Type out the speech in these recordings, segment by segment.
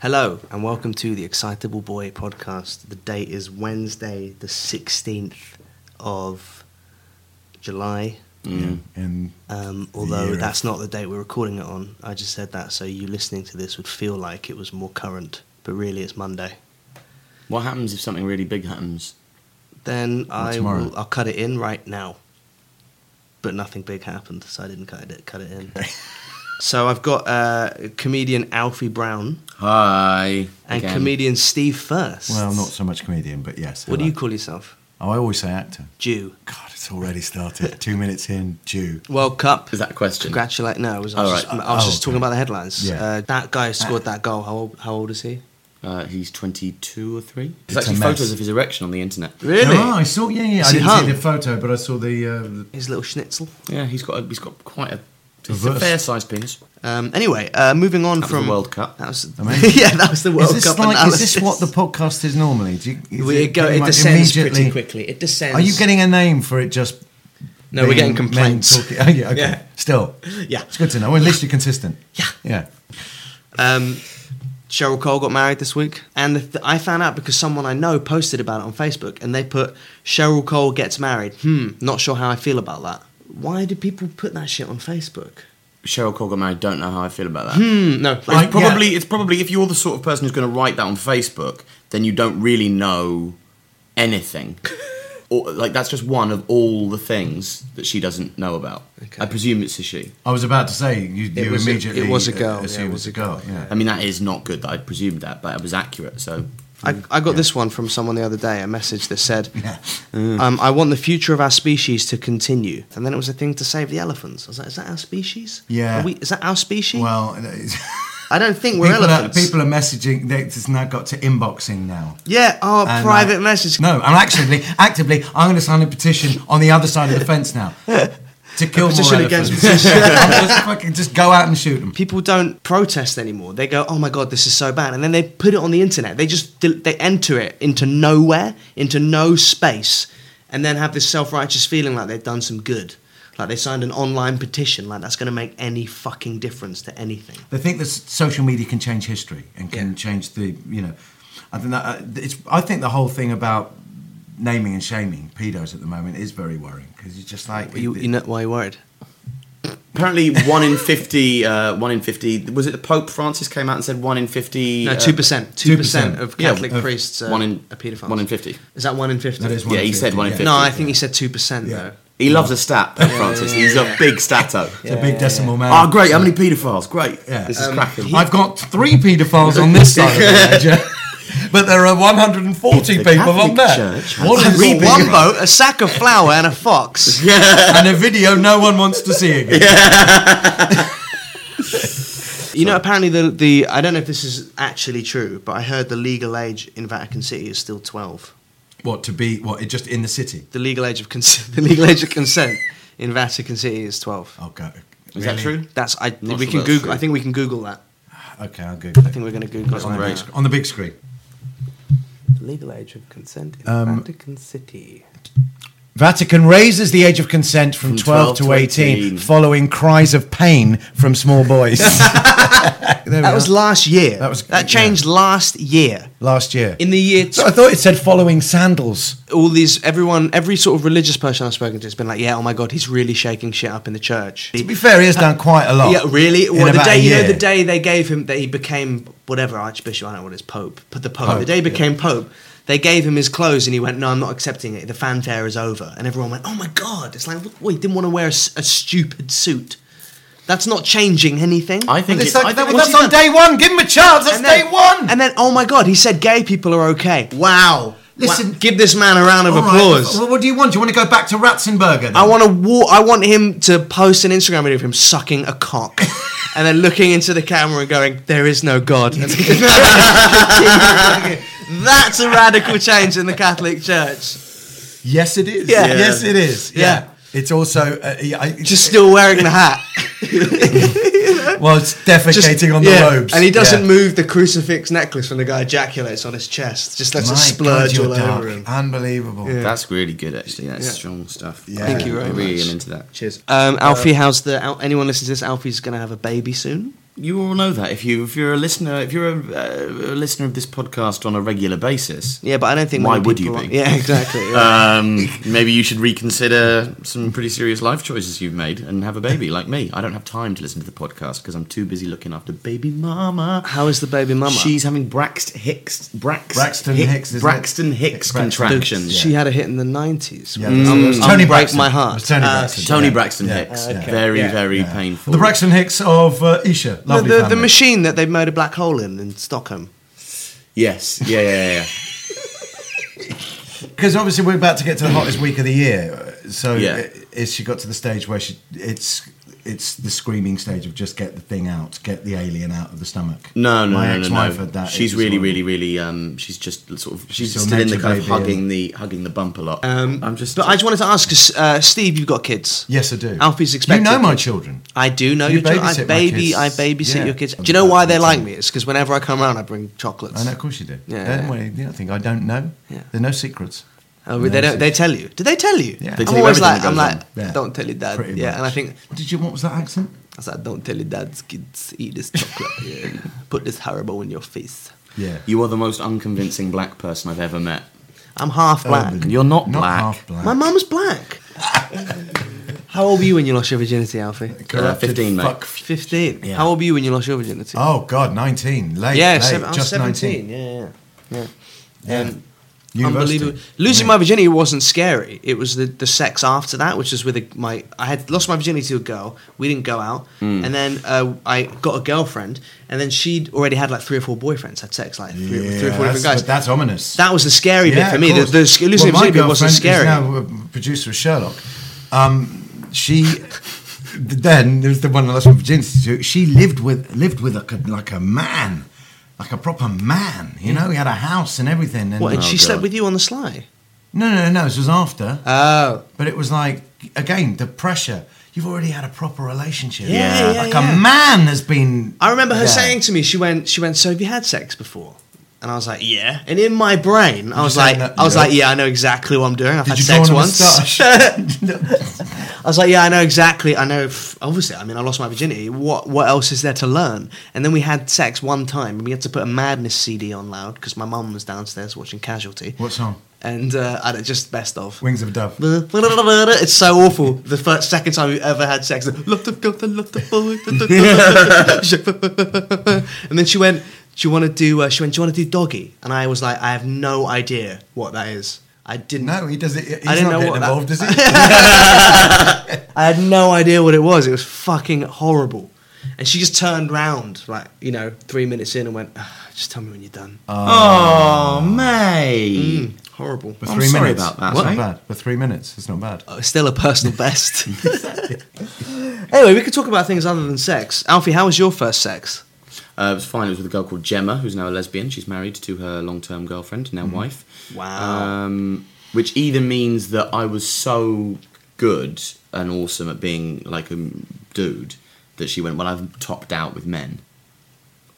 Hello and welcome to the Excitable Boy podcast. The date is Wednesday, the 16th of July. Mm. Mm. and Um, although year. that's not the date we're recording it on. I just said that so you listening to this would feel like it was more current, but really it's Monday. What happens if something really big happens? Then I tomorrow? will, I'll cut it in right now. But nothing big happened, so I didn't cut it cut it in. so I've got uh, comedian Alfie Brown Hi. and again. comedian Steve First. well, not so much comedian, but yes. What do hello. you call yourself? Oh, I always say actor. Jew. God, it's already started. Two minutes in, Jew. World Cup. Is that a question? Congratulate. No, I was, I was All just, right. I was Oh, just talking okay. about the headlines. Yeah. Uh, that guy who scored that goal. How old, how old is he? Uh, he's 22 or 3. It's There's a actually mess. photos of his erection on the internet. Really? Oh, I saw. Yeah, yeah. Is I he didn't hung? see the photo, but I saw the. Uh, the- His little schnitzel. Yeah, he's got a, he's got quite a, it's a Reverse. fair sized penis. Um, anyway, uh, moving on That was from the World Cup. That was, Amazing. yeah, that was the World is this Cup like? analysis. Is this what the podcast is normally? Do you, is we it go? pretty It much descends pretty immediately- quickly. It descends. Are you getting a name for it? Just No, we're being getting men complaints. talking- Oh, yeah, okay. Yeah. Still, Yeah. it's good to know. Well, at least you're consistent. Yeah. yeah. Um, Cheryl Cole got married this week, and the th- I found out because someone I know posted about it on Facebook, and they put Cheryl Cole gets married. Hmm, not sure how I feel about that. Why do people put that shit on Facebook? Cheryl Cole got married. Don't know how I feel about that. Hmm, no, It's Right, probably yeah. it's probably if you're the sort of person who's going to write that on Facebook, then you don't really know anything. or like that's just one of all the things that she doesn't know about. Okay. I presume it's a she. I was about to say you, you was a- immediately. it was a uh, girl, yeah, assume it it's was a a girl. girl, Yeah. I mean that is not good that I presumed that, but it was accurate. So Mm. I, I got this one from someone the other day, a message that said, Mm. um, I want the future of our species to continue. And then it was a thing to save the elephants. I was like, is that our species? Yeah. Are we, is that our species? Well, it's- I don't think we're people are, elephants. people are messaging. they- It's now got to inboxing now. yeah, oh, And private like- message. No, I'm actively, actively. I'm going to sign a petition on the other side of the fence now to kill petition more against elephants. I'm just fucking just go out and shoot them. People don't protest anymore. They go, oh my God, this is so bad. And then they put it on the internet. They just, they enter it into nowhere, into no space, and then have this self-righteous feeling like they've done some good. Like they signed an online petition, like that's going to make any fucking difference to anything. They think that s- social media can change history and can Yeah. change the you know. I think that uh, it's. I think the whole thing about naming and shaming pedos at the moment is very worrying because you're just like You, you know why you're worried? apparently one in 50 uh, one in 50 was it the Pope Francis came out and said one in 50 No, uh, two percent. Two percent of Yeah, Catholic of- priests are, one in are paedophiles. one in 50. Is that one in fifty? That is one Yeah, he in said 50, one in yeah. 50. No, I think he said two percent Yeah. though. He loves a stat, Pope Francis. He's a big statter. It's a big decimal man. Oh, great! How many paedophiles? Great! Yeah. This is Um, cracking. I've got three paedophiles on this side of the ledger, but there are 140 If the people Catholic on that. Church has What I is three bought all one one boat, a sack of flour, and a fox. and a video no one wants to see again? You know, apparently the the I don't know if this is actually true, but I heard the legal age in Vatican City is still twelve. What to be? What it just in the city? The legal age of cons- the legal age of consent in Vatican City is twelve. Oh, go. Is that true? That's I. Not we sure can that's Google. true. I think we can Google that. Okay, I'll Google. I think we're going to Google it on, the right big, now. sc- on the big screen. The legal age of consent in Vatican City. Vatican raises the age of consent from, 12, to 18, following cries of pain from small boys. That was last year. That That was- changed last year. last year. In the year, so I thought it said following sandals. all these everyone, every sort of religious person I've spoken to has been like, "Yeah, oh my god, he's really shaking shit up in the church." To be fair, he has done quite a lot. Uh, Yeah, really. in Well, the about a day you know, year. the day they gave him that he became whatever archbishop. I don't know what it's pope, but the pope. Pope, the day he yeah. became pope, they gave him his clothes, and he went, "No, I'm not accepting it. The fanfare is over." And everyone went, "Oh my god!" It's like, well, he didn't want to wear a, s- a stupid suit. That's not changing anything. I think It's it's, I like, think that, what that's she's on done- day one. Give him a chance. That's And then- day one. And then, oh my god, he said gay people are okay. Wow. Listen, give this man a round of all right, applause. well, what do you want? Do you want to go back to Ratzenberger? Then? I want to walk. I want him to post an Instagram video of him sucking a cock, and then looking into the camera and going, "There is no God." That's a radical change in the Catholic Church. Yes, it is. Yeah. Yes, it is. Yeah. Yeah. It's also uh, yeah, I, Just still wearing the hat, well, it's defecating Just- on the yeah. robes, and he doesn't Yeah. move the crucifix necklace when the guy ejaculates on his chest. Just lets My it God, splurge you're all dark. over him. Unbelievable. That's really good, actually. That's Yeah. strong stuff. Yeah. I'm Thank you very really much. am into that. Cheers, um, Alfie. how's the Al- anyone listening to this? Alfie's going to have a baby soon. You all know that if you if you're a listener if you're a, uh, a listener of this podcast on a regular basis, Yeah, but I don't think. Why many would you people be? Are. Yeah, exactly. yeah. um, maybe you should reconsider some pretty serious life choices you've made and have a baby like me. I don't have time to listen to the podcast because I'm too busy looking after baby mama. How is the baby mama? She's having Braxt Hicks Brax, Braxton Hicks, isn't it? Braxton Hicks Braxton. contractions. She had a hit in the nineties. Yeah, that's it. It was Tony break Braxton. Mm. Um, my It heart. was Tony Uh, Braxton. Tony Yeah. Braxton Yeah. Hicks, Okay. very Yeah. very Yeah. painful. The Braxton Hicks of uh, Isha. The, Lovely the, the family. machine that they've made a black hole in in Stockholm. yes, yeah, yeah, yeah. yeah. Because obviously we're about to get to the hottest week of the year, so Yeah. i- is she got to the stage where she it's it's the screaming stage of just get the thing out, get the alien out of the stomach. No, no, My no, no, ex-wife no. Had that. She's It was really, horrible. really, really. Um, she's just sort of. She's Still still, in the nature kind of baby, Um, yeah. hugging the hugging the bump a lot. I'm just. But I just wanted to ask, 'cause, uh, Steve, you've got kids. Yes, I do. Alfie's expecting. You know my children. I do know You your children. I babysit my baby, kids. I babysit Yeah. your kids. Do you know why they like me? It's because whenever I come around, I bring chocolates. I know, of course you do. Yeah, Don't yeah. worry. The other thing, I don't know. Yeah. There are no secrets. Oh, but they don't. They tell you. Do they tell you? Yeah. They I'm tell you always everything like, that I'm goes like, on. Yeah. don't tell your dad. Pretty yeah, much. and I think What did you? What was that accent? I said, don't tell your dad's kids eat this chocolate. yeah. Put this Haribo in your face. Yeah. you are the most unconvincing black person I've ever met. I'm half black. Urban. You're not black. half black. My mum's black. How old were you when you lost your virginity, Alfie? Corrupted Uh, 15, mate. fuck. 15. Yeah. How old were you when you lost your virginity? Oh God, nineteen. Late. yeah, late, seven, I was just 17. nineteen. Yeah, yeah. Yeah. yeah. Um, University. Unbelievable. Losing Yeah. my virginity wasn't scary. It was the, the sex after that, which was with a, my. I had lost my virginity to a girl. We didn't go out, Mm. and then uh, I got a girlfriend, and then she'd already had like three or four boyfriends. Had sex like three, Yeah, three or four that's, different guys. but that's ominous. that was the scary bit Yeah, for of me. The, course. the sc- losing my well, my virginity wasn't girlfriend scary. Is now a producer of Sherlock. Um, she then there was the one I lost my virginity to. She lived with lived with like a, like a man, like a proper man. You know, he had a house and everything. And what? And Oh, she slept God. with you on the sly. no, no, no, no. This was after, Oh, but it was like again the pressure. You've already had a proper relationship. Yeah, Yeah. yeah, like yeah. a man has been. I remember her there. saying to me, she went, she went, so have you had sex before? And I was like, yeah. And in my brain, I was like, saying that- I was yeah. like, yeah, I know exactly what I'm doing. I've Did had you sex go on a once. moustache? I was like, yeah, I know exactly. I know. f- Obviously, I mean, I lost my virginity. What what else is there to learn? And then we had sex one time, and we had to put a Madness CD on loud because my mum was downstairs watching Casualty. what song? And uh, I don't- just best of. Wings of a Dove. It's so awful. The first, second time we ever had sex, love the girl, love the boy. and then she went, "Do you want to do?" Uh, she went, "Do you want to do doggy?" And I was like, "I have no idea what that is. I didn't. No, he does it. He's I didn't not know getting what that- involved, is he? I had no idea what it was. It was fucking horrible." And she just turned round, like you know, three minutes in, and went, "Ah, "Just tell me when you're done." Oh, mate. horrible. For I'm three sorry minutes. about that, Uh, It's not mate. bad. For three minutes, it's not bad. Oh, it's still a personal best. anyway, we could talk about things other than sex. Alfie, how was your first sex? Uh, it was fine. It was with a girl called Gemma, who's now a lesbian. She's married to her long-term girlfriend, now wife. Wow. Um, which either means that I was so good and awesome at being like a m- dude that she went, "Well, I've topped out with men,"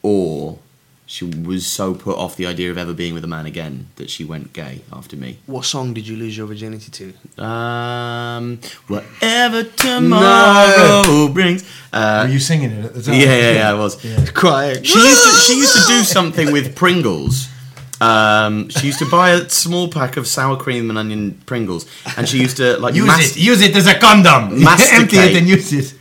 or she was so put off the idea of ever being with a man again that she went gay after me. What song did you lose your virginity to? Um, whatever tomorrow brings. Uh, Were you singing it at the time? yeah, yeah, yeah, I was. Crying. She used to, she used to do something with Pringles. Um, she used to buy a small pack of sour cream and onion Pringles, and she used to like Use mas- it. Use it as a condom. Masticate. Empty it and use it.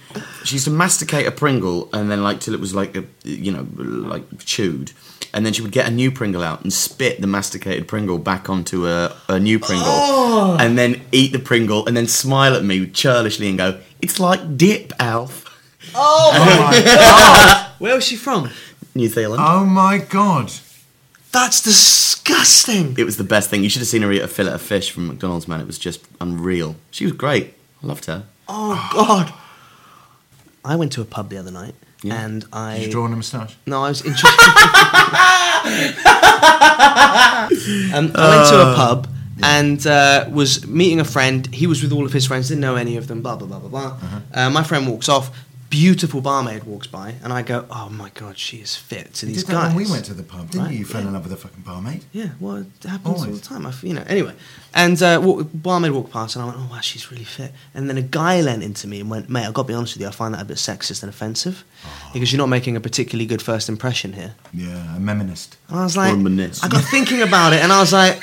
she used to masticate a Pringle and then like till it was like a, you know like chewed, and then she would get a new Pringle out and spit the masticated Pringle back onto a, a new Pringle, Oh! and then eat the Pringle and then smile at me churlishly and go, "It's like dip, Alf." Where was she from? New Zealand. Oh my god. That's disgusting. It was the best thing. You should have seen her eat a fillet of fish from McDonald's, man. It was just unreal. She was great. I loved her. Oh God. I went to a pub the other night, Yeah. and I Did you draw on a moustache? No, I was interested. um, I went to a pub and uh, was meeting a friend. He was with all of his friends, didn't know any of them, blah, blah, blah, blah, blah. Uh, my friend walks off. Beautiful barmaid walks by, and I go, "Oh my god, she is fit to You these did guys." that when we went to the pub, didn't Right, you? You fell yeah. in love with a fucking barmaid. Yeah, well, it happens all Always. the time. I f you know, anyway. And uh, wa- barmaid walked past, and I went, "Oh wow, she's really fit." And then a guy leant into me and went, "Mate, I've got to be honest with you. I find that a bit sexist and offensive, Ah. because you're not making a particularly good first impression here." Yeah, a meminist. And I was like, Reminisce. I got thinking about it, and I was like,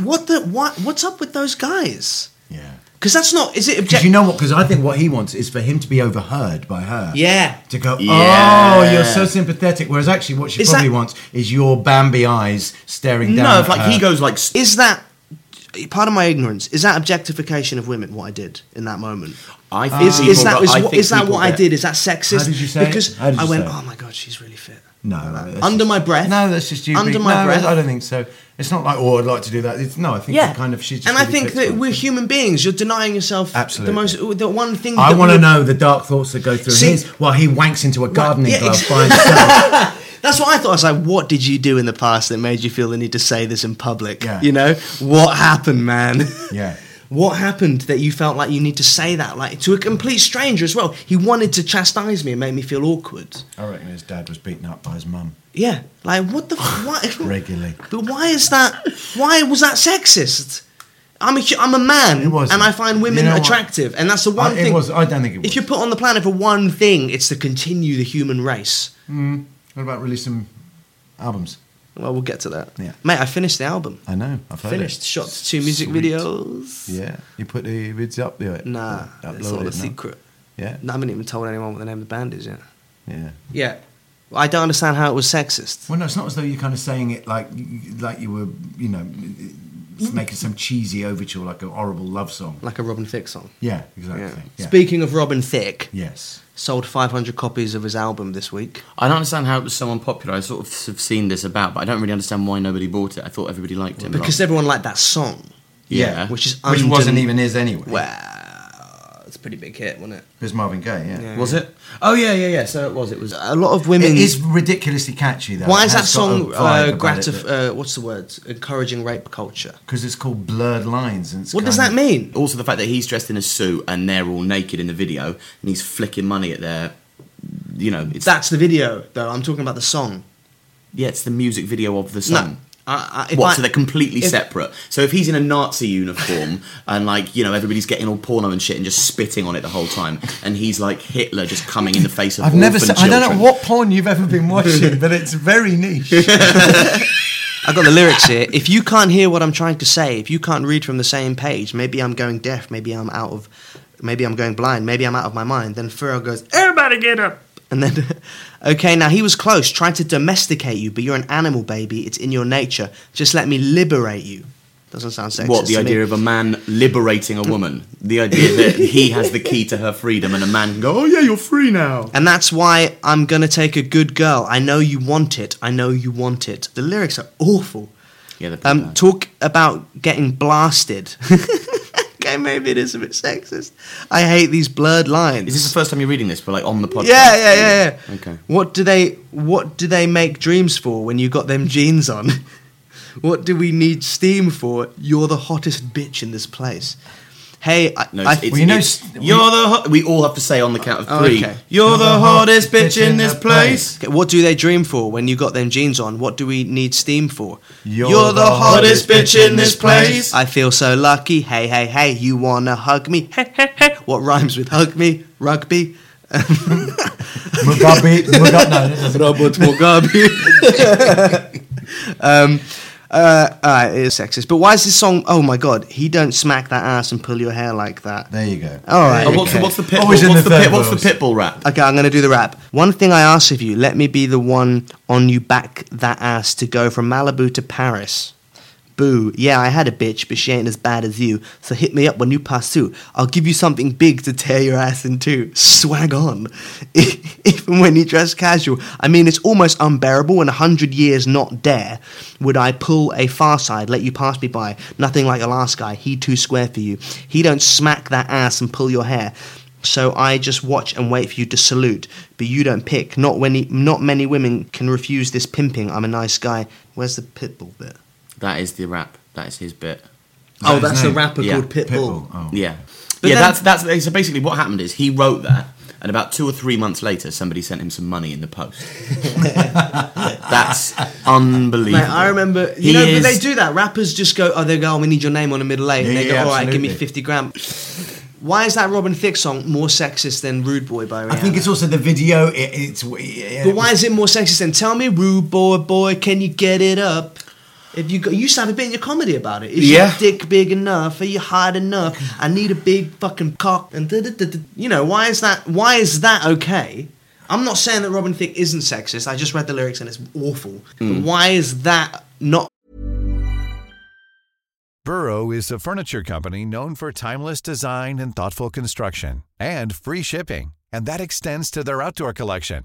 what the what? What's up with those guys? Yeah. Because that's not. Is it Because objective? you know what? Because I think what he wants is for him to be overheard by her. yeah. To go, Yeah. oh, you're so sympathetic. Whereas actually, what she Is probably that- wants is your Bambi eyes staring down. No, at if like her. he goes like s- Uh, Is that part of my ignorance? Is that objectification of women? What I did in that moment. I think Is, people is that got- is, I what, think is that people what I get- did? Is that sexist? How did you say it? Because How did you I went, say it? oh my god, she's really fit. No, no, that's under just- my breath. No, that's just you. Under being- my no, breath. I don't think so. It's not like, oh, I'd like to do that. It's, no, I think Yeah, it's kind of she's. Just and I really think picked that one. we're human beings. You're denying yourself Absolutely. the most the one thing. I that want to we- know the dark thoughts that go through See- his while he wanks into a gardening yeah, glove ex- by himself. That's what I thought. I was like, what did you do in the past that made you feel the need to say this in public? Yeah. You know, what happened, man? yeah. What happened that you felt like you need to say that, like to a complete stranger as well? He wanted to chastise me and make me feel awkward. I reckon his dad was beaten up by his mum Yeah, like what the f- why? regularly. But why is that? Why was that sexist? I'm a hu- I'm a It man, wasn't. and I find women You know what? attractive, and that's the one I, thing. it was. I don't think it was. if you're put on the planet for one thing, it's to continue the human race. what about releasing albums? Well, we'll get to that. Yeah. mate, I finished the album. I know. I've heard finished, it. shot two music Sweet. videos. Yeah, you put the vids up there. it. Nah, it's all a secret. Yeah, I haven't even told anyone what the name of the band is yet. yeah. Yeah. I don't understand how it was sexist. Well, no, it's not as though you're kind of saying it like like you were, you know, Mm. making some cheesy overture like a horrible love song. Like a Robin Thicke song. Yeah, exactly. Yeah. Yeah. Speaking of Robin Thicke, Yes. sold 500 copies of his album this week. I don't understand how it was so unpopular. I sort of have seen this about, but I don't really understand why nobody bought it. I thought everybody liked it. Because everyone liked that song. yeah, Which is Which wasn't undern- even his anyway. Well, it's a pretty big hit, wasn't it? It was Marvin Gaye. Yeah. Yeah. was it? Oh yeah, yeah, yeah. So it was. It was. A lot of It women. is ridiculously catchy though. why is that song uh, gratif- uh, what's the word? Encouraging rape culture. Because it's called Blurred Lines. And it's What does kind that of- mean? Also, the fact that he's dressed in a suit and they're all naked in the video, and he's flicking money at their, you know, it's That's the video, though. I'm talking about the song. yeah, it's the music video of the No. song. I, I, Uh, if what? I- so they're completely if- separate. So if he's in a Nazi uniform and like you know everybody's getting all porno and shit and just spitting on it the whole time, and he's like Hitler just coming in the face of I've orphan never. Seen, I don't children. know what porn you've ever been watching, but it's very niche. I got the lyrics here. If you can't hear what I'm trying to say, if you can't read from the same page, maybe I'm going deaf, maybe I'm out of, maybe I'm going blind, maybe I'm out of my mind. Then Pharrell goes, "Everybody get up!" And then, okay, now he was close, trying to domesticate you, but you're an animal, baby. It's in your nature. Just let me liberate you. Doesn't sound sexist. What the to me. idea of a man liberating a woman? The idea that he has the key to her freedom, and a man can go, "Oh yeah, you're free now." And that's why I'm gonna take a good girl. I know you want it. I know you want it. The lyrics are awful. Yeah, they're Um, bad. talk about getting blasted. okay, maybe it is a bit sexist. I hate these blurred lines. Is this the first time you're reading this? But like on the podcast? yeah, yeah, yeah, yeah. Okay. What do they What do they make dreams for when you got them jeans on? what do we need steam for? You're the hottest bitch in this place. Hey, I, No, I- it's, it's, Well, you know, it's- s- you're the ho- we all have to say on the count of Oh, three. okay. You're the hottest bitch in this the place. Okay, what do they dream for when you got them jeans on? What do we need steam for? You're the hottest bitch in this place. I feel so lucky. Hey, hey, hey, you wanna hug me? Hey, hey, hey. What rhymes with hug me? Rugby. Mugabe, Mugabe, no, that doesn't- Robert Mugabe. um, uh, alright, it is sexist. But why is this song? Oh my god, he don't smack that ass and pull your hair like that. There you go. All right. Oh, what's, Okay. the, what's the pit? Always in what's the the, third pit? What's the pitbull world. rap? Okay, I'm gonna do the rap. One thing I ask of you, let me be the one on you back that ass to go from Malibu to Paris. Boo, yeah, I had a bitch, but she ain't as bad as you. So hit me up when you pass through. I'll give you something big to tear your ass in two. Swag on. Even when you dress casual. I mean, it's almost unbearable and a hundred years not dare. Would I pull a far side, let you pass me by? Nothing like a last guy. He too square for you. He don't smack that ass and pull your hair. So I just watch and wait for you to salute, but you don't pick. Not when he, not many women can refuse this pimping. I'm a nice guy. Where's the pitbull bit? That is the rap. That is his bit. that oh, his that's a name? rapper Yeah, called Pitbull. Pitbull. Oh. Yeah, But yeah. then- that's that's so basically what happened is he wrote that, and about two or three months later, somebody sent him some money in the post. that's unbelievable. Mate, I remember. You He know, is- but they do that. Rappers just go, oh, they go, oh, we need your name on a middle eight, and Yeah, they go, yeah, all right, give me absolutely. fifty grand. Why is that Robin Thicke song more sexist than Rude Boy by Rihanna? I think it's also the video. It, it's yeah, But why is it more sexist than Tell me, Rude Boy, boy, can you get it up? If you go, you used to have a bit in your comedy about it. Is Yeah. your dick big enough? Are you hot enough? I need a big fucking cock. And da, da, da, da. you know why is that? Why is that okay? I'm not saying that Robin Thicke isn't sexist. I just read the lyrics and it's awful. Hmm. But why is that not Burrow is a furniture company known for timeless design and thoughtful construction and free shipping, and that extends to their outdoor collection.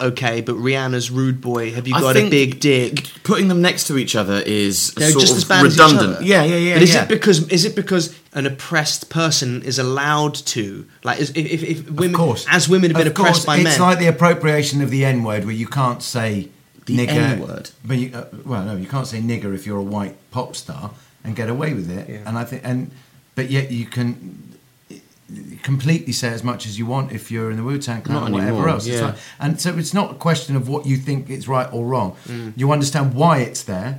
okay? But Rihanna's Rude Boy, have you I got a think big dick? Putting them next to each other is They're sort just of as bad redundant. as each other. Yeah, yeah, yeah. But is yeah. it because is it because an oppressed person is allowed to like is, if, if, if women of course. as women have been Of oppressed course, by it's men? like the appropriation of the N word, where you can't say The nigger. N-word. But you, uh, well, no, you can't say nigger if you're a white pop star and get away with it. And I think, and but yet you can completely say as much as you want if you're in the Wu Tang Clan Not or whatever anymore, else. It's yeah. like- and so it's not a question of what you think is right or wrong. Mm. You understand why it's there.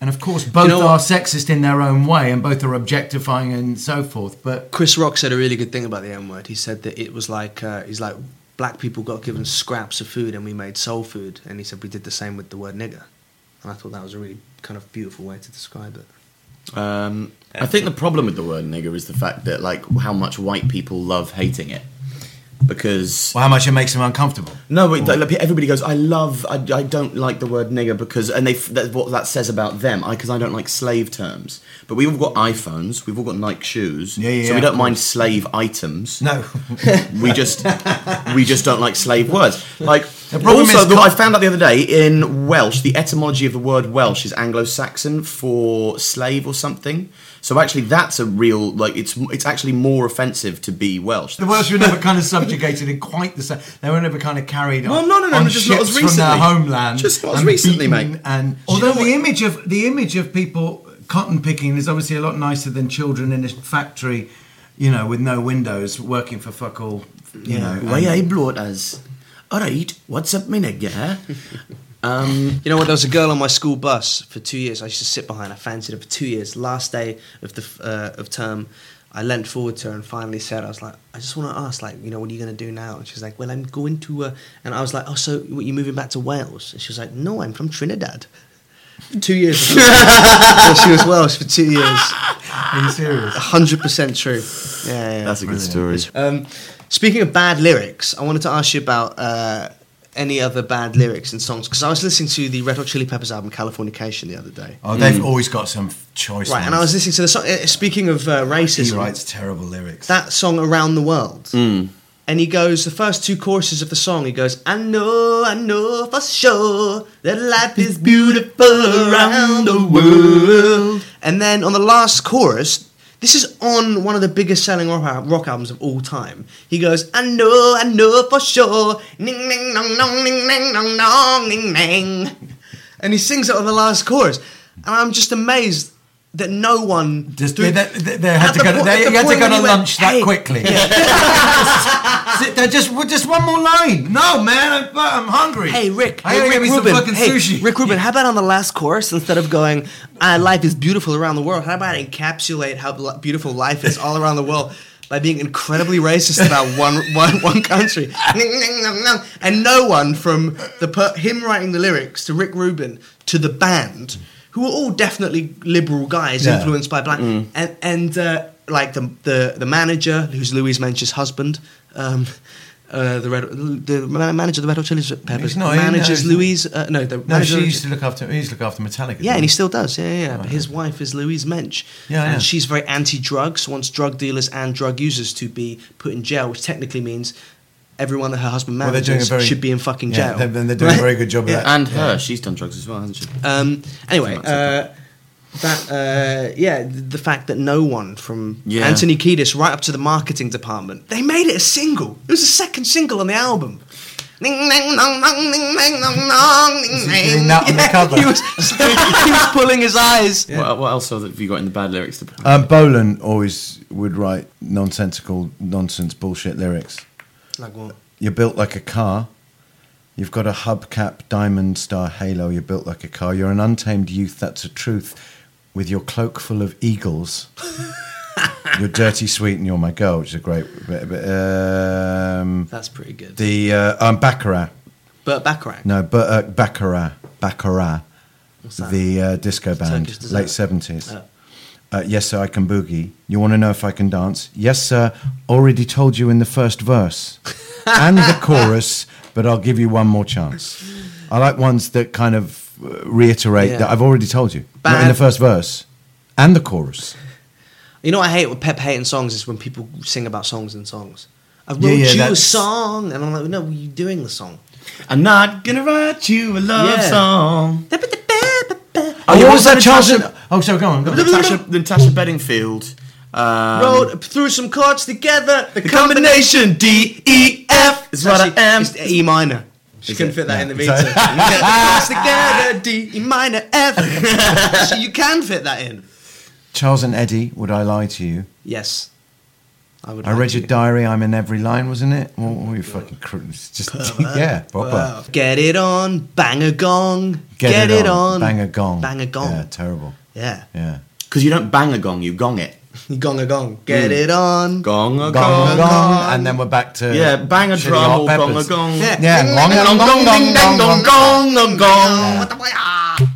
And of course, both know are what? sexist in their own way, and both are objectifying and so forth. But Chris Rock said a really good thing about the N word. He said that it was like uh, he's like black people got given scraps of food and we made soul food, and he said we did the same with the word nigger. And I thought that was a really kind of beautiful way to describe it. Um, I think the problem with the word nigger is the fact that like how much white people love hating it because well, how much it makes them uncomfortable. no wait, like, everybody goes I love I, I don't like the word nigger because and they f- that's what that says about them because I, don't like slave terms but we've all got iPhones we've all got Nike shoes Yeah, yeah, so we yeah, don't of mind slave items No, we just we just don't like slave words. Like problem also, is- the- I found out the other day in Welsh, the etymology of the word Welsh is Anglo-Saxon for slave or something. So actually, that's a real like it's it's actually more offensive to be Welsh. The Welsh were never kind of subjugated in quite the same. They were never kind of carried Well, on, no, no, no, on no, just not ships as recently. from their homeland. Just not as and recently, beaten mate. And although the image of the image of people cotton picking is obviously a lot nicer than children in a factory, you know, with no windows, working for fuck all, you know. Mm-hmm. and- Why I brought us. All right, what's up, my Um, nigga? You know what? There was a girl on my school bus for two years. I used to sit behind. I fancied her for two years. Last day of the uh, of term, I leant forward to her and finally said, "I was like, I just want to ask, like, you know, what are you going to do now?" And she's like, "Well, I'm going to," uh, and I was like, "Oh, so what, you moving back to Wales?" And she was like, "No, I'm from Trinidad." Two years. Ago. so she was Welsh for two years. Are you serious? Hundred percent true. Yeah, yeah, yeah. That's a good story. Um, speaking of bad lyrics, I wanted to ask you about uh, any other bad lyrics in songs because I was listening to the Red Hot Chili Peppers album Californication the other day. Mm. Oh, they've always got some f- choice. Right, and I was listening to the song. uh, Speaking of uh, he racism, writes terrible lyrics. that song "Around the World," and he goes the first two choruses of the song. He goes, "I know, I know for sure that life is beautiful around the world," and then on the last chorus. This is on one of the biggest selling rock, al- rock albums of all time. He goes, I know, I know for sure. Ning, ning, nong, nong, ning, ning, nong, nong, ning, ning. And he sings it on the last chorus. And I'm just amazed that no one. Just, through- they, they, they had at to the go. po- they, at the you had to point go when to he went, lunch that "Hey." quickly. Sit there, just well, just one more line. No, man, I'm, I'm hungry. Hey Rick, I hey gotta Rick get me Rubin, some fucking hey sushi. Rick Rubin, how about on the last chorus instead of going, uh, "Life is beautiful around the world"? How about encapsulate how li- beautiful life is all around the world by being incredibly racist about one one one country? Ning, ning, nong, nong. and no one from the per- him writing the lyrics to Rick Rubin to the band, who were all definitely liberal guys Yeah. influenced by black and and uh, like the, the the manager who's Louise Mensch's husband. Um, uh, the red, the man- manager of the Red Hot Chili Peppers He's not, he manages knows. Louise. Uh, no, the No, manager- she used to look after. He used to look after Metallica. yeah, and he didn't still does. Yeah, yeah. yeah. But his wife is Louise Mensch, Yeah, and yeah. she's very anti-drugs. Wants drug dealers and drug users to be put in jail, which technically means everyone that her husband Well, they're manages doing a very- should be in fucking yeah, jail. they're- they're doing a very good job of that. And her, she's done drugs as well, hasn't she? Um, anyway, That's uh, that uh, yeah, th- the fact that no one from Yeah. Anthony Kiedis right up to the marketing department, they made it a single. It was the second single on the album. Ning, ning, nong, nong, ning, ning, nong, nong, ning, he ning. doing that on the Yeah, cover? He was, he was pulling his eyes. What, what else have you got in the bad lyrics? To Uh, Um, Bolan always would write nonsensical, nonsense, bullshit lyrics. Like what? You're built like a car. You've got a hubcap, diamond star, halo. You're built like a car. You're an untamed youth. That's a truth. With your cloak full of eagles. you're dirty, sweet, and you're my girl, which is a great. bit- bit, Um, That's pretty good. the uh, um, Baccarat. Burt Bacharach. No, but uh, Baccarat, Baccarat, that? the uh, disco band, Turkish dessert. late seventies. Oh. Uh, yes, sir, I can boogie. You want to know if I can dance? Yes, sir. Already told you in the first verse and the chorus, but I'll give you one more chance. I like ones that kind of uh, reiterate Yeah. that I've already told you, not in Bad. the first verse and the chorus. You know what I hate with Pep hating songs is when people sing about songs and songs. I wrote Yeah, yeah, you a that's- song, and I'm like, no, you doing the song. I'm not gonna write you a love Yeah. song. Oh, yeah, what what was was that, that Charles? Natasha- Oh, sorry, go on. Go on. Natasha, Natasha Bedingfield. Um, Road threw some chords together. The, combination D E F is what I am. It's E minor. She couldn't fit that in the meter. Chords together D E minor F. so you can fit that in. Charles and Eddie, would I lie to you? Yes, I would. I like read to. your diary. I'm in every line, wasn't it? What were you fucking cr- it's just yeah, proper. Wow. Oh, Get it on, bang a gong. Get, it, on. on, Bang a gong. bang a gong. Yeah, terrible. yeah. Yeah. Because you don't bang a gong, you gong it. Gong a gong. Get it on. Gong a Gong, gong. gong, and then we're back to Yeah, bang a Chili drum Hot or gong a Peppers. gong. Yeah. Yeah, Ding, gong, ding, gong, dong, gong, ding, ding, gong, dong, gong, dong, gong. gong. What the boy- ah.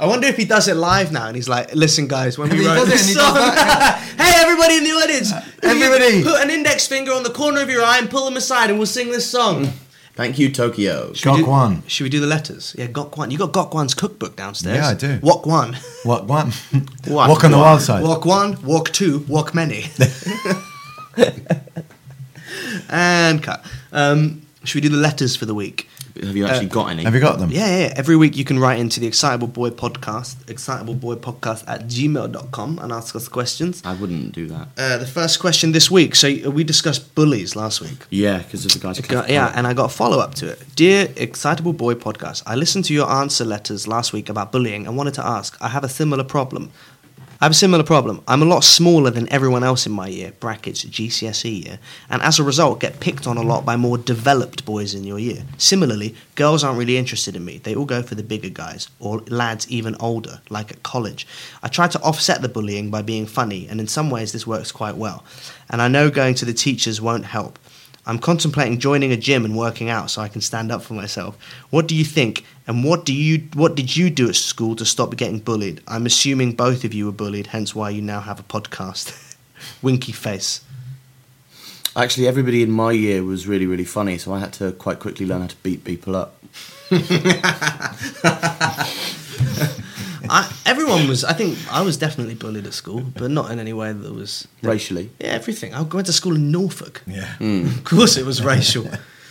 I wonder if he does it live now and he's like, listen, guys, when we He wrote does it this and he song, does hey, everybody in the audience, Everybody. put an index finger on the corner of your eye and pull them aside and we'll sing this song. Thank you, Tokyo. Should we Mm. Gok do- one. Should we do the letters? Yeah, Gok One. You got Gok One's cookbook downstairs. Yeah, I do. Walk One. What one? What Walk on the one? wild side. Walk One, Walk Two, Walk Many. and cut. Um, should we do the letters for the week? Have you actually got any? Have you got them? Yeah, yeah, yeah. Every week you can write into the Excitable Boy podcast, excitableboypodcast at gmail.com and ask us questions. I wouldn't do that. Uh, the first question this week. So uh, we discussed bullies last week. Yeah, because of the guys. Got- yeah, and I got a follow up to it. Dear Excitable Boy podcast, I listened to your answer letters last week about bullying and wanted to ask. I have a similar problem. I have a similar problem. I'm a lot smaller than everyone else in my year, brackets GCSE E year, and as a result get picked on a lot by more developed boys in your year. Similarly, girls aren't really interested in me. They all go for the bigger guys, or lads even older, like at college. I try to offset the bullying by being funny, and in some ways this works quite well. And I know going to the teachers won't help. I'm contemplating joining a gym and working out so I can stand up for myself. What do you think? And what do you what did you do at school to stop getting bullied? I'm assuming both of you were bullied, hence why you now have a podcast. Winky face. Actually, everybody in my year was really, really funny, so I had to quite quickly learn how to beat people up. I, everyone was. I think I was definitely bullied at school, but not in any way that was Racially. Yeah, everything. I went to school in Norfolk. Yeah. Of course, it was racial.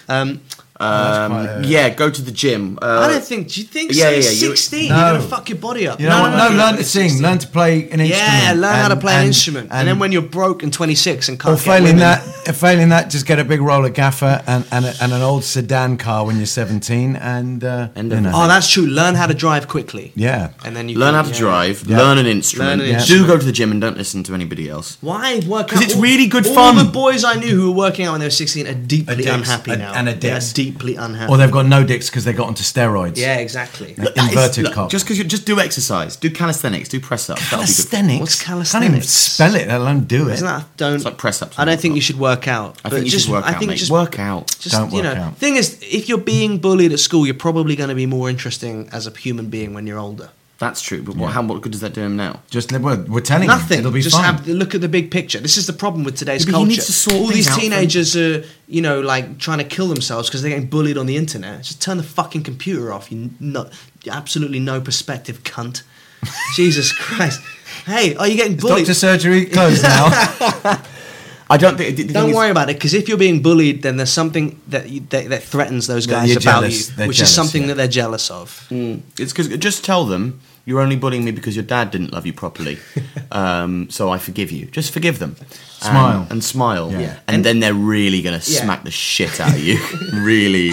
Um, Um, quite a- yeah, go to the gym. Uh, I don't think. Do you think? yeah, so? yeah, You're yeah, you- 16. No. You're gonna fuck your body up. You know, no, no, learn to sing, learn to play an instrument. Yeah, learn how to and- play an and- instrument, and, then when you're broke and 26 and can't or get failing women- that, if failing that, just get a big roller gaffer and, and, a- and an old sedan car when you're 17, and uh, End you of know. it. Oh, that's true. Learn how to drive quickly. yeah. and then you learn can- how to yeah. drive. Yeah. Learn an instrument. Learn an Do instrument. go to the gym and don't listen to anybody else. Why work? 'Cause out- it's really good all fun. the boys I knew who were working out when they were 16 are deeply Addicts, unhappy and- now. and They are addicts. deeply unhappy. Or they've got no dicks because they got onto steroids. yeah, exactly. Look, That is- Inverted look, cock. Just because you just do exercise, do calisthenics, do press up. That'll be good. Calisthenics. What's Can't even calisthenics? spell it, let alone do it. Isn't that don't? It's like press-ups I and don't think whatnot. you should work out. I but think you just, should work I out. think mate. just work out. Just Don't you work know, out. thing is, if you're being bullied at school, you're probably going to be more interesting as a human being when you're older. That's true. But what, how what good does that do him now? Just li- we're, we're telling Nothing. you, it'll be just fine. have look at the big picture. This is the problem with today's Yeah, but you culture. need to sort All things these out teenagers are, you know, like trying to kill themselves because they're getting bullied on the internet. Just turn the fucking computer off. You no, you absolutely no perspective, cunt. Jesus Christ. Hey, are you getting bullied? Doctor surgery closed now. I don't think. the- the thing Don't is- worry about it because if you're being bullied, then there's something that you, that, that threatens those Yeah, guys you're about jealous. you, They're which jealous, is something yeah. that they're jealous of. It's because just tell them you're only bullying me because your dad didn't love you properly. um, so I forgive you. Just forgive them. And- Smile. and, smile, Yeah. and, then they're really gonna Yeah. smack the shit out of you, really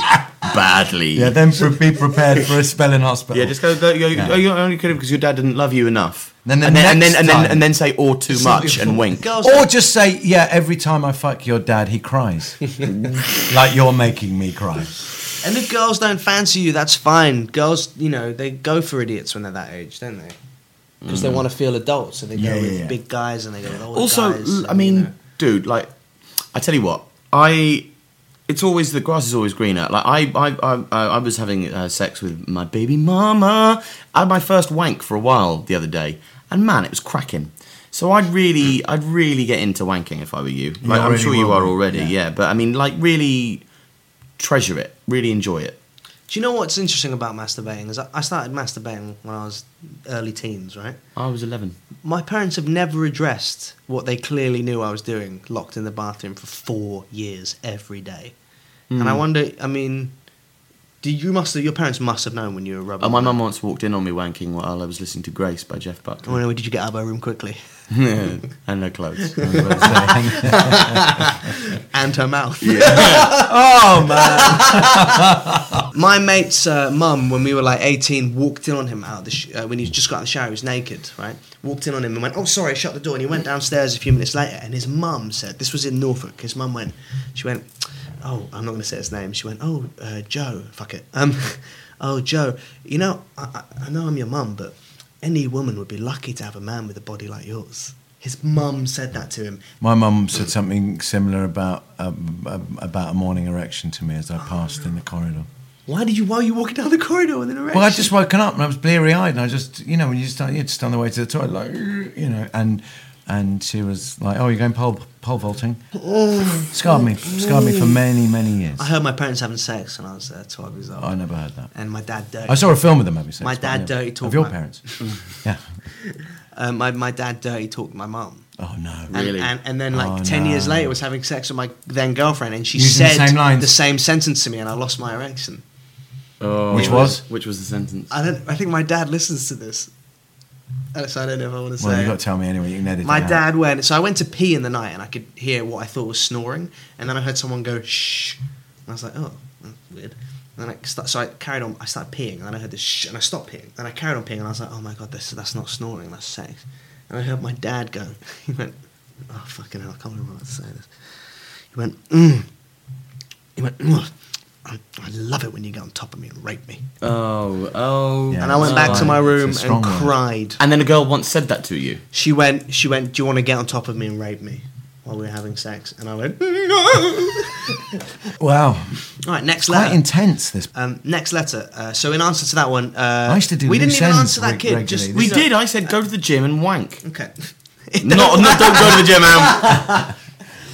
badly. yeah, then pre- be prepared for a spell in hospital. Yeah, just go. go you, Yeah. oh, you only could have because your dad didn't love you enough. Then the and, then, and next then and then time- and then say or too much and wink. Girls Or don't- just say, yeah, every time I fuck your dad, he cries. like you're making me cry. and if girls don't fancy you, that's fine. Girls, you know, they go for idiots when they're that age, don't they? Because they want to feel adults, so they Yeah, go yeah, with yeah. big guys and they go with older Mm. Also, guys. l- and, I you mean, know. dude, like, I tell you what, I. It's always the grass is always greener. Like I, I, I, I I was having uh, sex with my baby mama. I had my first wank for a while the other day, and man, it was cracking. So I'd really, I'd really get into wanking if I were you. Like I'm already sure you will are be, already, yeah. yeah. But I mean, like, really treasure it, really enjoy it. do you know what's interesting about masturbating? Is I, I started masturbating when I was early teens, right? I was 11. My parents have never addressed what they clearly knew I was doing, locked in the bathroom for four years every day. And Hmm. I wonder, I mean, do you must have, your parents must have known when you were rubbing. Oh, my them. mum once walked in on me wanking while I was listening to Grace by Jeff I Buckley wonder, did you get out of my room quickly? and her clothes. and her mouth. oh man! My mate's uh, mum, when we were like eighteen, walked in on him out of the sh- uh, when he just got out of the shower. He was naked, right? Walked in on him and went, "Oh, sorry, I shut the door." And he went downstairs a few minutes later, and his mum said, "This was in Norfolk." His mum went, "She went, oh, I'm not going to say his name." She went, "Oh, uh, Joe, fuck it, um, oh Joe, you know, I, I, I know I'm your mum, but any woman would be lucky to have a man with a body like yours." His mum said that to him. My mum said something similar about um, um, about a morning erection to me as I passed in the corridor. Why did you? Why were you walking down the corridor with an erection? Well, I'd just woken up and I was bleary eyed, and I just, you know, when you start, you're just on the way to the toilet, like, you know, and and she was like, "Oh, you're going pole pole vaulting." Scarred me, scarred me for many many years. I heard my parents having sex when I was uh, 12 years old. I never heard that. And my dad dirty. I saw a film with them having sex. My but dad yeah. dirty talked Of your my- parents? yeah. uh, my, my dad dirty talked my mum. Oh no. And, Really? and, and then like Oh, 10 years no. later was having sex with my then girlfriend and she Using the said same lines. the same sentence to me and I lost my erection. Which was? Oh, Which was the sentence? I don't I think my dad listens to this. Uh, So I don't know if I want to Well, say you it. got to tell me anyway. You can edit. My it out. dad went. So I went to pee in the night, and I could hear what I thought was snoring, and then I heard someone go shh, and I was like, oh, that's weird. And then I sta- so I carried on. I started peeing, and then I heard this shh, and I stopped peeing, and I carried on peeing, and I was like, oh my god, this that's not snoring, that's sex. And I heard my dad go. He went, oh fucking hell, I can't remember how to say this. He went, mm. he went, mm. I I love it when you get on top of me and rape me. Oh, oh. Yeah, and I went it's back to strong. my It's a room strong and word. cried. And then a girl once said that to you. She went. She went. Do you want to get on top of me and rape me while we were having sex? And I went, no. Wow. All right, next Quite letter. intense. This. um, next letter. Uh, so in answer to that one, uh, I used to do We didn't loose even ends answer that reg- kid. Just regularly. We So- did. I said go to the gym and wank. Um, Okay. not, not don't go to the gym and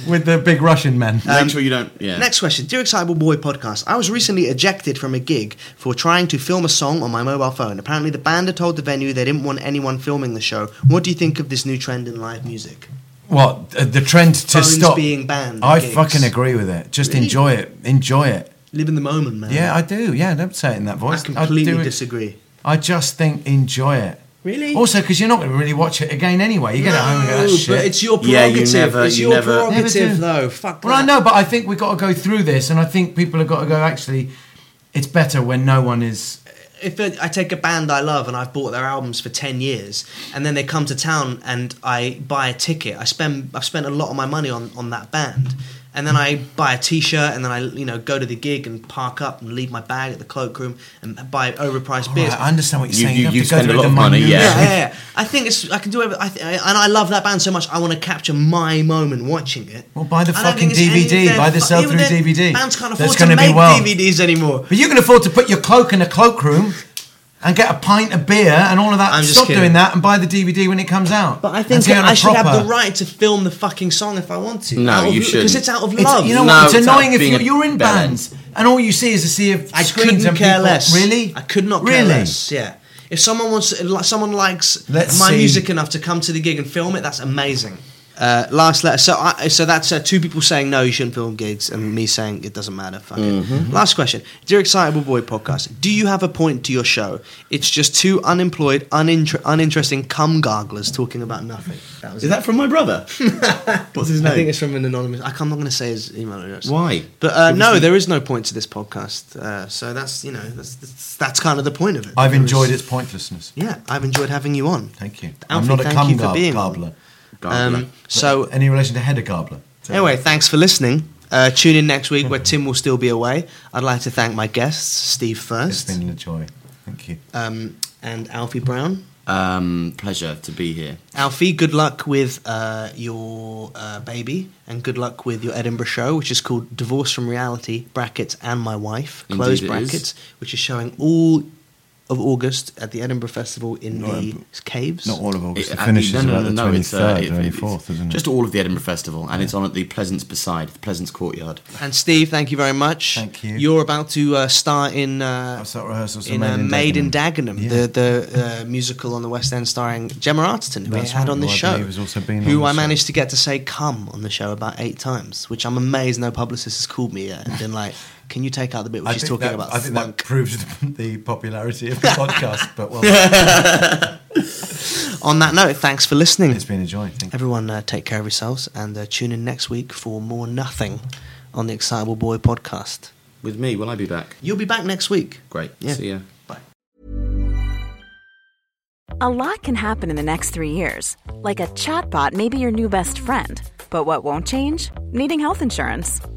With the big Russian men. make sure you don't. Yeah. Next question, dear Excitable Boy podcast. I was recently ejected from a gig for trying to film a song on my mobile phone. Apparently, the band had told the venue they didn't want anyone filming the show. What do you think of this new trend in live music? What uh, the trend to Phones stop being banned at I gigs. fucking agree with it. Just enjoy it. Enjoy it. Live in the moment, man. Yeah, I do. Yeah, don't say it in that I voice. do completely it- disagree. I just think enjoy it. Really? Also, because you're not going to really watch it again anyway. You get it home and go, that No, shit. But it's your Yeah, you prerogative. never- it's you your never- Never prerogative, do. though. Fuck Well, I that. know, but I think we've got to go through this, and I think people have got to go. Actually, it's better when no one is. If I I take a band I love and I've bought their albums for ten years, and then they come to town and I buy a ticket, I spend I've spent a lot of my money on on that band, and then I buy a T-shirt and then I you know go to the gig and park up and leave my bag at the cloakroom and buy overpriced beers. Right, I understand what you're You- saying. you- have you to go spend a through lot the of money, minutiae. yeah. yeah, yeah, yeah. I think it's. I can do everything. I th- I, and I love that band so much. I want to capture my moment watching it. Well, buy the I don't fucking think it's any of DVD, their buy the fu- sell-through even their DVD. Bands can't That's afford to gonna be make well. DVDs anymore. But you can afford to put your cloak in a cloakroom and get a pint of beer and all of that. I'm just Stop kidding. doing that and buy the DVD when it comes out. But I And think see it on a I should have the proper- right to film the fucking song if I want to. No, you Because shouldn't. it's out of It's- love. you know No, what? It's it's out annoying if being you're, a you're in balance. bands and all you see is a sea of I screens couldn't and care people. less. Really? I could not care really? less. Yeah. If someone wants, like, someone likes Let's my see. music enough to come to the gig and film it, that's amazing. Uh, last letter. So, I, so that's uh, two people saying no, you shouldn't film gigs, and me saying it doesn't matter. Fuck it. Last question, dear Excitable Boy podcast. Do you have a point to your show? It's just two unemployed, uninter- uninteresting cum garglers talking about nothing. That was Is it. that from my brother? What's his name? I think it's from an anonymous. I can't- I'm not going to say his email address. Why? But uh, Give us no, the- there is no point to this podcast. Uh, so that's you know that's, that's that's kind of the point of it. I've There enjoyed was- its pointlessness. Yeah, I've enjoyed having you on. Thank you. Alfie, I'm not a thank cum you for gar- being on. garbler. Garbler. Um, so any relation to header garbler? anyway, thanks for listening. Uh, tune in next week where Mm-hmm. Tim will still be away. I'd like to thank my guests, Steve It's First been a joy. Thank you. um, and Alfie Brown. um, pleasure to be here. Alfie, good luck with uh, your uh, baby and good luck with your Edinburgh show, which is called Divorce from Reality, brackets, and My Wife, Indeed close it is. brackets, which is showing all of August at the Edinburgh Festival in Not the Edinburgh. caves. Not all of August. It, It- uh, finishes no, no, about no, the no, it's, uh, 23rd, it- it- 24th, isn't it? Just all of the Edinburgh Festival, and it's on at the Pleasance Beside, the Pleasance Courtyard. And Steve, thank you very much. Thank you. You're about to uh, star in. Uh, I've start rehearsals for in uh, Made in Dagenham, Yeah. the the uh, musical on the West End starring Gemma Arterton, who That's I had right, on this who show, I believe has also been who I on the show. managed to get to say "come" on the show about eight times, which I'm amazed no publicist has called me yet and been like, "Can you take out the bit where I she's think talking that- about I think funk?" that proves the, the popularity of the podcast. But well, On that note, thanks for listening. it's been a joy. Thank you. Everyone, uh, take care of yourselves and uh, tune in next week for more nothing on the Excitable Boy podcast. With me, will I be back? You'll be back next week. Great. Yeah. See ya. Bye. A lot can happen in the next three years. Like a chatbot may be your new best friend. But what won't change? Needing health insurance.